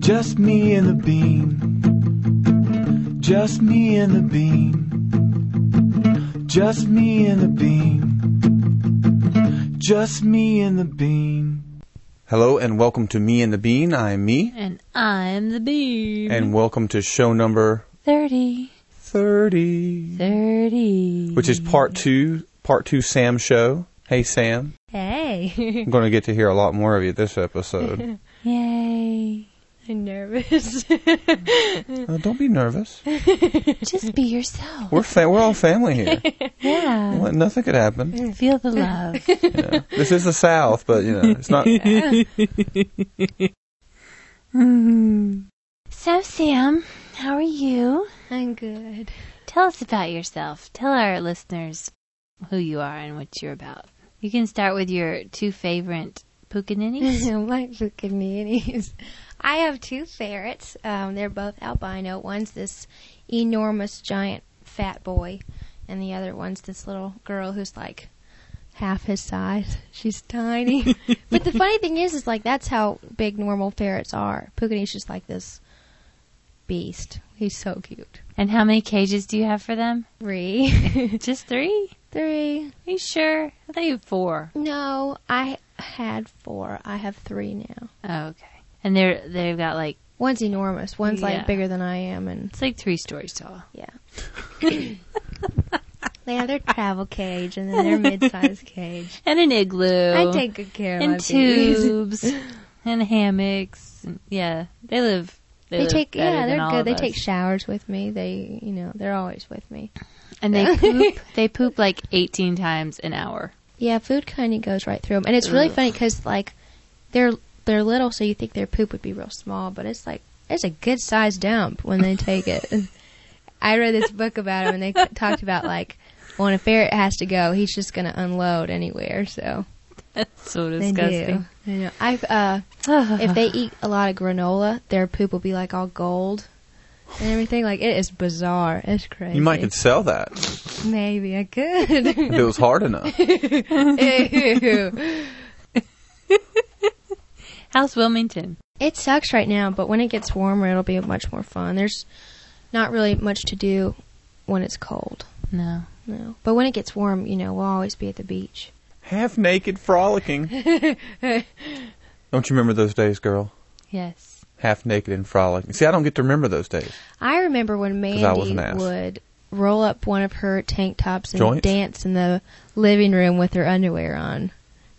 Just me and the beam. Just me and the beam. Just me and the beam. Just me and the beam. Hello and welcome to Me and the Bean. I'm me, And I'm the bee. and welcome to show number 30. 30, 30. which is part two, part two Sam show. Hey Sam, Hey. I'm going to get to hear a lot more of you this episode. Yay. I'm nervous. Uh, don't be nervous. Just be yourself. We're fa- we're all family here. Yeah. Well, nothing could happen. Feel the love. Yeah. This is the South, but you know it's not. Mhm. So, Sam, how are you? I'm good. Tell us about yourself. Tell our listeners who you are and what you're about. You can start with your two favorite puccaninnies. My buccaneers. I have two ferrets. Um, they're both albino. One's this enormous, giant, fat boy, and the other one's this little girl who's like half his size. She's tiny. but the funny thing is, is like that's how big normal ferrets are. Puccaneers just like this beast. He's so cute. and how many cages do you have for them? Three, Just three? three. Are you sure? I thought you had four. No, I had four. I have three now. Oh, okay. And they're they've got like One's enormous. One's Yeah. like bigger than I am, and it's like three stories tall. yeah. they have their travel cage and then their mid-sized cage. And an igloo. I take good care of my and bees. tubes and hammocks. and- yeah, they live. They, They live take better yeah, than they're all good. of They us. take showers with me. They you know they're always with me. and they poop. They poop like eighteen times an hour. Yeah, food kind of goes right through them, and it's really Ugh. funny because like they're they're little, so you think their poop would be real small, but it's like it's a good sized dump when they take it. I read this book about him, and they c- talked about like when a ferret has to go, he's just gonna unload anywhere. So That's so they do. disgusting. I know. I've uh, if they eat a lot of granola, their poop will be like all gold and everything. Like it is bizarre. It's crazy. You might could sell that maybe I could. if it was hard enough. Ew. How's Wilmington? It sucks right now, but when it gets warmer, it'll be much more fun. There's not really much to do when it's cold. No. No. But when it gets warm, you know, we'll always be at the beach. Half naked frolicking. Don't you remember those days, girl? Yes. Half naked and frolicking. See, I don't get to remember those days. I remember when I was an Mandy ass. would roll up one of her tank tops and Joints? dance in the living room with her underwear on.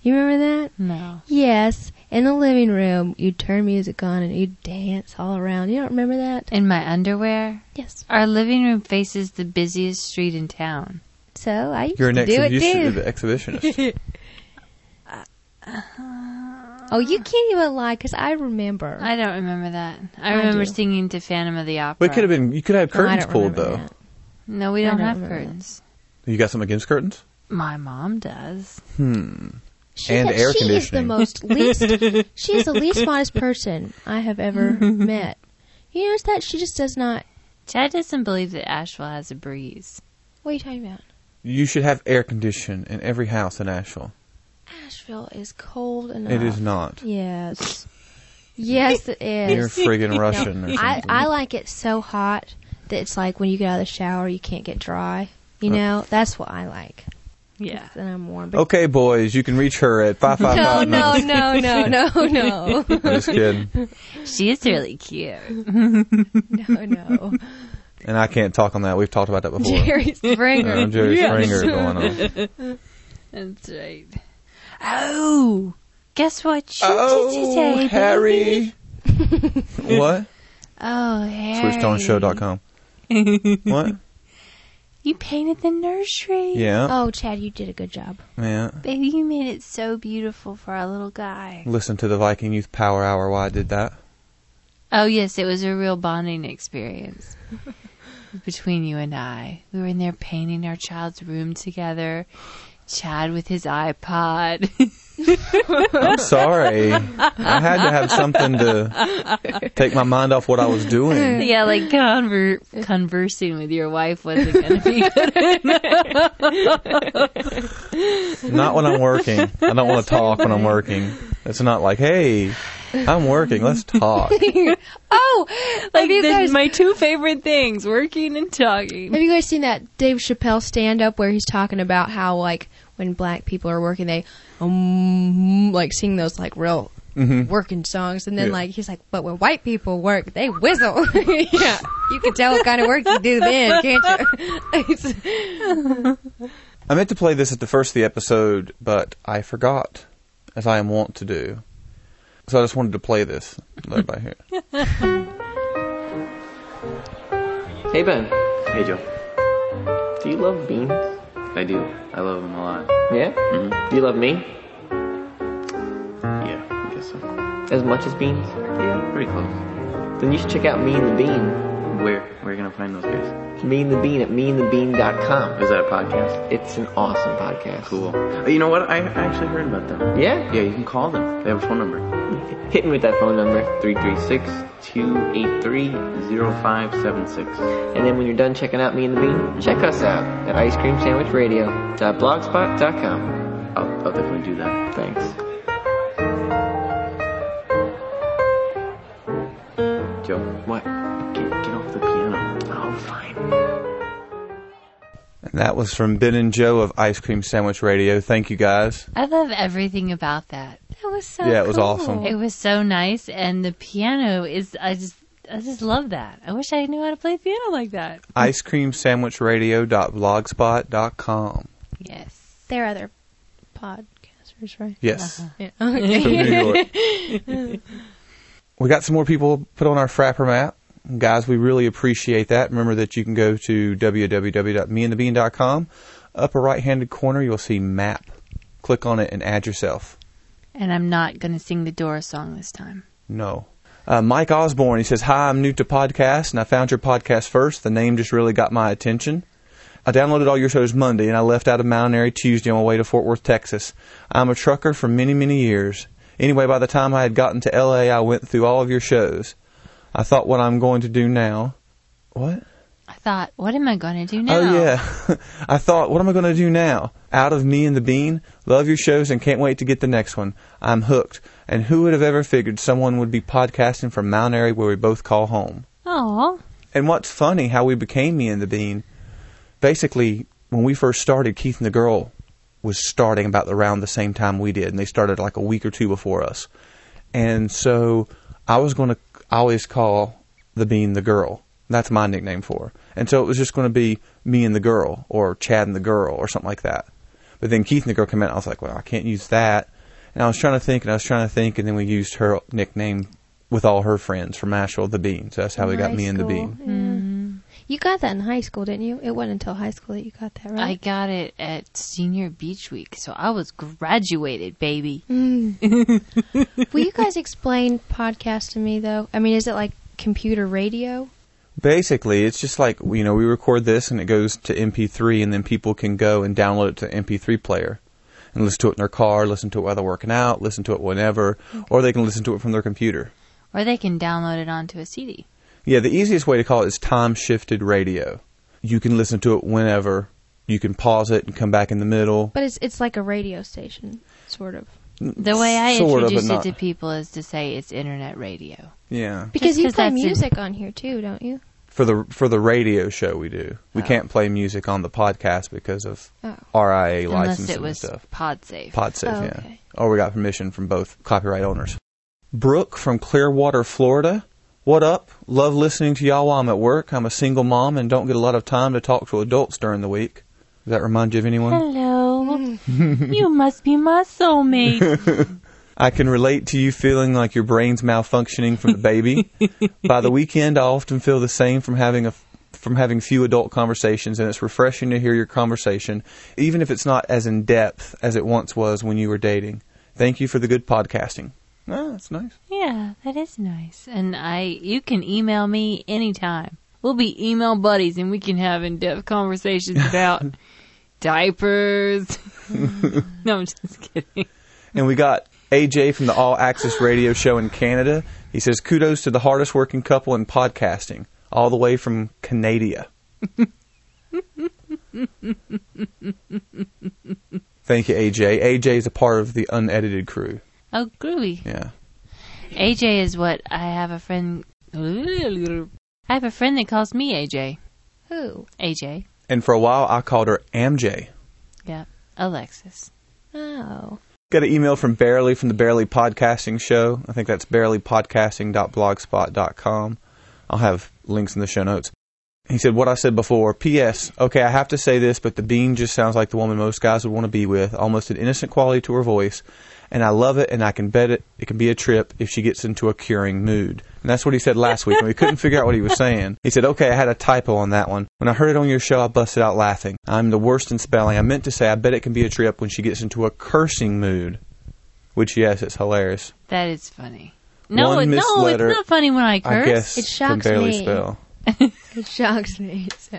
You remember that? No. Yes. In the living room, you'd turn music on and you'd dance all around. You don't remember that? In my underwear. Yes. Our living room faces the busiest street in town. So I used You're an to do it too. exhibition- exhibitionist. Oh, you can't even lie because I remember. I don't remember that. I, I remember do. singing to Phantom of the Opera. but it could have been. You could have No, Oh, I curtains don't pulled remember though. that. No, we I don't, don't have remember that. curtains. You got something against curtains? My mom does. Hmm. She And air she is the conditioning. most least. she is the least modest person I have ever met. You notice that she just does not. Chad doesn't believe that Asheville has a breeze. What are you talking about? You should have air condition in every house in Asheville. Asheville is cold enough. It is not. Yes. Yes, it You're is. friggin' No, Russian or something. I I like it so hot that it's like when you get out of the shower, you can't get dry. You know, that's what I like. Yeah. Then I'm warm. But Oh. okay, boys, you can reach her at five five No, five. no, no, no, no, no, I'm just kidding. She is really cute. no, no. And I can't talk on that. We've talked about that before. Jerry Springer. Uh, Jerry Springer going on. That's right. Oh, guess what you Oh. did today, baby? what? Oh, Harry. SwitchedOnShow.com. what? You painted the nursery. Yeah. Oh, Chad, you did a good job. Yeah. Baby, you made it so beautiful for our little guy. Listen to the Viking Youth Power Hour why I did that. Oh, yes, it was a real bonding experience between you and I. We were in there painting our child's room together. Chad with his iPod. I'm sorry. I had to have something to take my mind off what I was doing. yeah, like conver- conversing with your wife wasn't going to be good. Not when I'm working. I don't want to talk when I'm working. It's not like, hey, I'm working. Let's talk. oh, Like have you the- guys my two favorite things: working and talking. have you guys seen that Dave Chappelle stand up where he's talking about how like when black people are working they um like sing those like real Mhm. working songs and then Yeah. like he's like but when white people work they whistle. yeah. You can tell what kind of work you do then, can't you? It's- I meant to play this at the first of the episode, but I forgot, as I am wont to do. So I just wanted to play this. Let everybody hear. it. Hey Ben. Hey, Joe. Do you love beans? I do. I love him a lot. Yeah? Mhm. Do you love me? Yeah, I guess so. As much as beans? Yeah, pretty close. Then you should check out Me and the Bean. Where? Where can I find those guys? Me and the Bean at meandthebean.com. Is that a podcast? It's an awesome podcast. Cool. Uh, You know what? I, I actually heard about them. Yeah? Yeah, you can call them. They have a phone number. Hit me with that phone number. 336-283-0576. And then when you're done checking out Me and the Bean, check us out at icecreamsandwichradio.blogspot.com. I'll, I'll definitely do that. Thanks. Joe, what? Get, get off the piano. Oh, fine. And that was from Ben and Joe of Ice Cream Sandwich Radio. Thank you guys. I love everything about that. that was so Yeah, it was cool. awesome. It was so nice, and the piano is. I just, I just love that. I wish I knew how to play piano like that. IceCreamSandwichRadio.blogspot.com. Yes. There are other podcasters, right? Yes. Yeah. From Okay. New York. we got some more people put on our Frapper map. Guys, we really appreciate that. Remember that you can go to www.meandthebean.com. Upper right handed corner, you'll see map. Click on it and add yourself. And I'm not going to sing the Doors song this time. No. Uh, Mike Osborne, he says, Hi, I'm new to podcasts, and I found your podcast first. The name just really got my attention. I downloaded all your shows Monday, and I left out of Mountain Airy Tuesday on my way to Fort Worth, Texas. I'm a trucker for many, many years. Anyway, by the time I had gotten to LA, I went through all of your shows. I thought what I'm going to do now. What? I thought, what am I going to do now? Oh yeah. I thought, what am I going to do now? Out of me and the bean. Love your shows and can't wait to get the next one. I'm hooked. And who would have ever figured someone would be podcasting from Mount Airy where we both call home? Oh, And what's funny, how we became me and the bean. Basically, when we first started, Keith and the girl was starting about around the same time we did, and they started like a week or two before us. And so I was going to always call the bean the girl. That's my nickname for her. And so it was just going to be me and the girl, or Chad and the girl, or something like that. But then Keith and the girl came out, and I was like, well, I can't use that. And I was trying to think, and I was trying to think, and then we used her nickname with all her friends from Asheville, the bean. So that's how we got High me and the school, bean. yeah. You got that in high school, didn't you? It wasn't until high school that you got that, I right? got it at senior beach week, so I was graduated, baby. Will you guys explain podcast to me though? I mean, is it like computer radio? Basically, it's just like you know, we record this and it goes to MP3, and then people can go and download it to MP3 player and listen to it in their car, listen to it while they're working out, listen to it whenever, or they can listen to it from their computer. Or they can download it onto a CD. Yeah, the easiest way to call it is time shifted radio. You can listen to it whenever. You can pause it and come back in the middle. But it's it's like a radio station, sort of. The way I Sort of, introduce but it not- to people is to say it's internet radio. Yeah, Because you 'cause play that's in- music on here too, don't you? for the for the radio show we do, we Oh. can't play music on the podcast because of Oh. RIA Unless licensing it was and stuff. PodSafe. PodSafe, Oh, yeah. okay. Or we got permission from both copyright owners. Brooke from Clearwater, Florida. What up? Love listening to y'all while I'm at work. I'm a single mom and don't get a lot of time to talk to adults during the week. Does that remind you of anyone? Hello. you must be my soulmate. I can relate to you feeling like your brain's malfunctioning from the baby. By the weekend, I often feel the same from having a from having few adult conversations, and it's refreshing to hear your conversation, even if it's not as in depth as it once was when you were dating. Thank you for the good podcasting. Ah, that's nice. yeah, that is nice. And I you can email me anytime. We'll be email buddies and we can have in depth conversations about diapers. no, I'm just kidding. And we got AJ from the All Access Radio Show in Canada. He says, Kudos to the hardest working couple in podcasting, all the way from Canada. Thank you, AJ. AJ is a part of the unedited crew. Oh, groovy. Yeah. AJ is what I have a friend. I have a friend that calls me AJ. Who? AJ. And for a while, I called her AmJ. Yeah. Alexis. Oh. Got an email from Barely from the Barely Podcasting Show. I think that's barelypodcasting.blogspot.com. I'll have links in the show notes. He said, What I said before. P.S. Okay, I have to say this, but the bean just sounds like the woman most guys would want to be with. Almost an innocent quality to her voice. And I love it, and I can bet it, it can be a trip if she gets into a curing mood. And that's what he said last week, and we couldn't figure out what he was saying. He said, Okay, I had a typo on that one. When I heard it on your show, I busted out laughing. I'm the worst in spelling. I meant to say, I bet it can be a trip when she gets into a cursing mood. Which, yes, it's hilarious. That is funny. No, One it- no, misletter, it's not funny when I curse. I guess It can shocks barely me. spell. It shocks me. So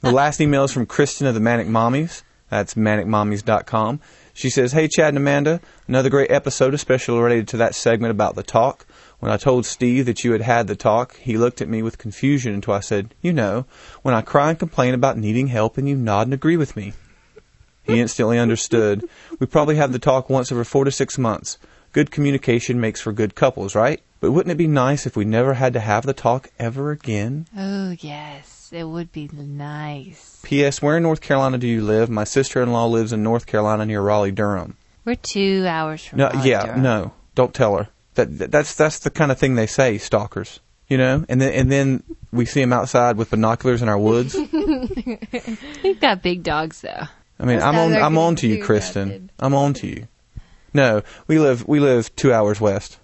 The last email is from Kristen of the Manic Mommies. That's manicmommies.com. She says, Hey, Chad and Amanda, another great episode, especially related to that segment about the talk. When I told Steve that you had had the talk, he looked at me with confusion until I said, You know, when I cry and complain about needing help and you nod and agree with me. He instantly understood. We probably have the talk once every four to six months. Good communication makes for good couples, right? But wouldn't it be nice if we never had to have the talk ever again? Oh, yes. It would be nice. P.S. Where in North Carolina do you live? My sister-in-law lives in North Carolina near Raleigh, Durham. We're two hours from No, Oh, Raleigh, yeah, Durham. no, don't tell her. That, that that's that's the kind of thing they say, stalkers. You know, and then and then we see them outside with binoculars in our woods. We've got big dogs, though. I mean, Those I'm guys on are I'm gonna on to do you, that, dude. Kristen. I'm on to you. No, we live we live two hours west,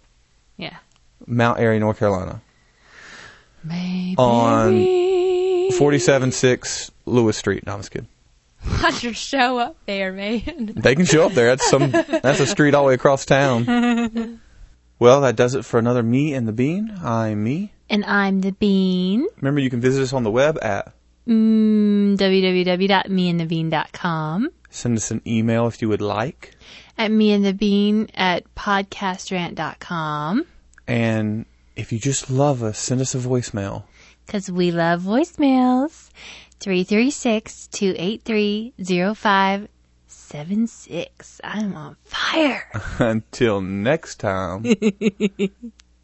Yeah. Mount Airy, North Carolina, Maybe. on forty-seven six Lewis Street. No, I'm just kidding. watch your show up there, man. They can show up there. That's some. That's a street all the way across town. Well, that does it for another Me and the Bean. I'm me. And I'm the bean. Remember, you can visit us on the web at. Mm, www.meandthebean.com. Send us an email if you would like, At meandthebean at podcastrant.com. and if you just love us, send us a voicemail. Because we love voicemails. 336 283 0576. I'm on fire. Until next time.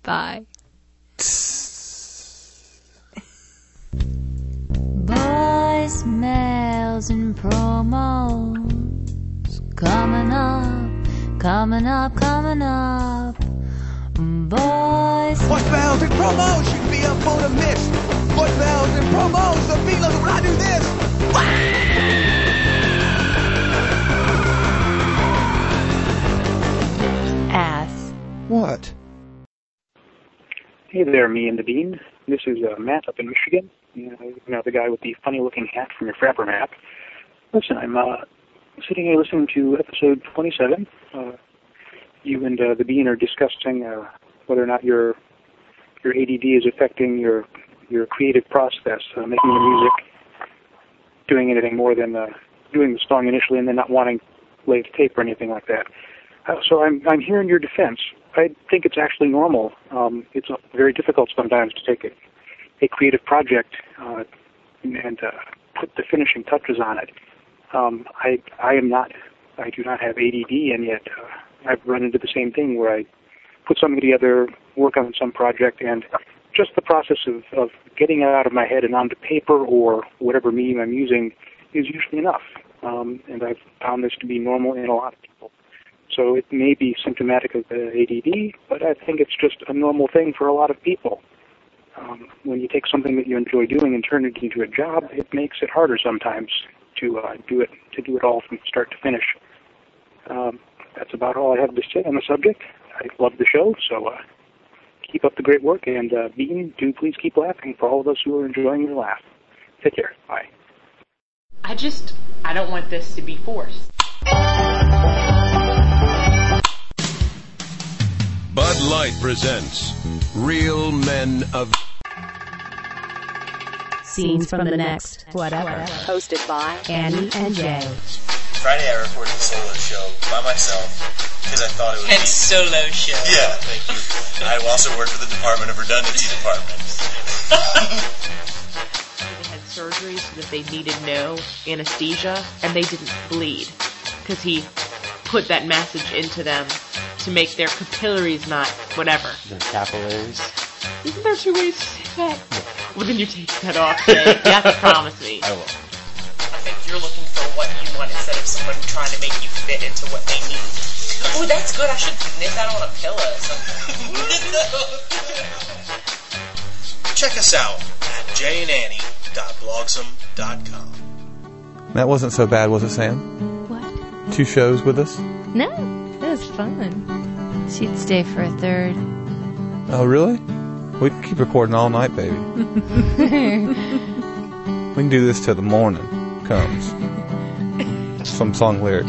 Bye. Voicemails and promos coming up, coming up, coming up. Voice. Voicemails and promos should be up for the miss. Voicemails and promos, the feelers when I do this. ass. what? Hey there, me and the Bean. This is uh, Matt up in Michigan. You know, you know, the guy with the funny-looking hat from your Frapper map. Listen, I'm uh, sitting here listening to episode 27. Uh, you and uh, the Bean are discussing uh, whether or not your your ADD is affecting your your creative process, uh, making the music, doing anything more than uh, doing the song initially, and then not wanting lay to tape or anything like that. Uh, so I'm I'm here in your defense. I think it's actually normal. Um, it's uh, very difficult sometimes to take a, a creative project uh, and- and uh, put the finishing touches on it. Um, I I am not I do not have ADD, and yet uh, I've run into the same thing where I put something together, work on some project, and just the process of, of getting it out of my head and onto paper or whatever medium I'm using is usually enough. Um, and I've found this to be normal in a lot of people. So it may be symptomatic of the ADD, but I think it's just a normal thing for a lot of people. Um, when you take something that you enjoy doing and turn it into a job, it makes it harder sometimes to uh, do it to do it all from start to finish. Um, that's about all I have to say on the subject. I love the show, so uh, keep up the great work. And uh, Bean, do please keep laughing for all of us who are enjoying your laugh. Take care. Bye. I just, I don't want this to be forced. Bud Light presents Real Men of Scenes from the next, whatever. Hosted by Annie and Jay. Friday, I recorded a solo show by myself because I thought it would be. solo show. Yeah, thank you. I also worked for the Department of Redundancy Department. They had surgeries that they needed no anesthesia, and they didn't bleed because he put that message into them to make their capillaries not whatever. The capillaries. Isn't there two ways to say that? Well, then you take that off. Jay. You have to promise me. I will. I think you're looking for what you want instead of someone trying to make you fit into what they need. Oh, that's good. I should knit that on a pillow or something. Check us out at jayandannie.blogsum.com. That wasn't so bad, was it, Sam? What? Two shows with us? No, that was fun. She'd stay for a third. Oh, really? We can keep recording all night, baby. We can do this till the morning comes. Some song lyric.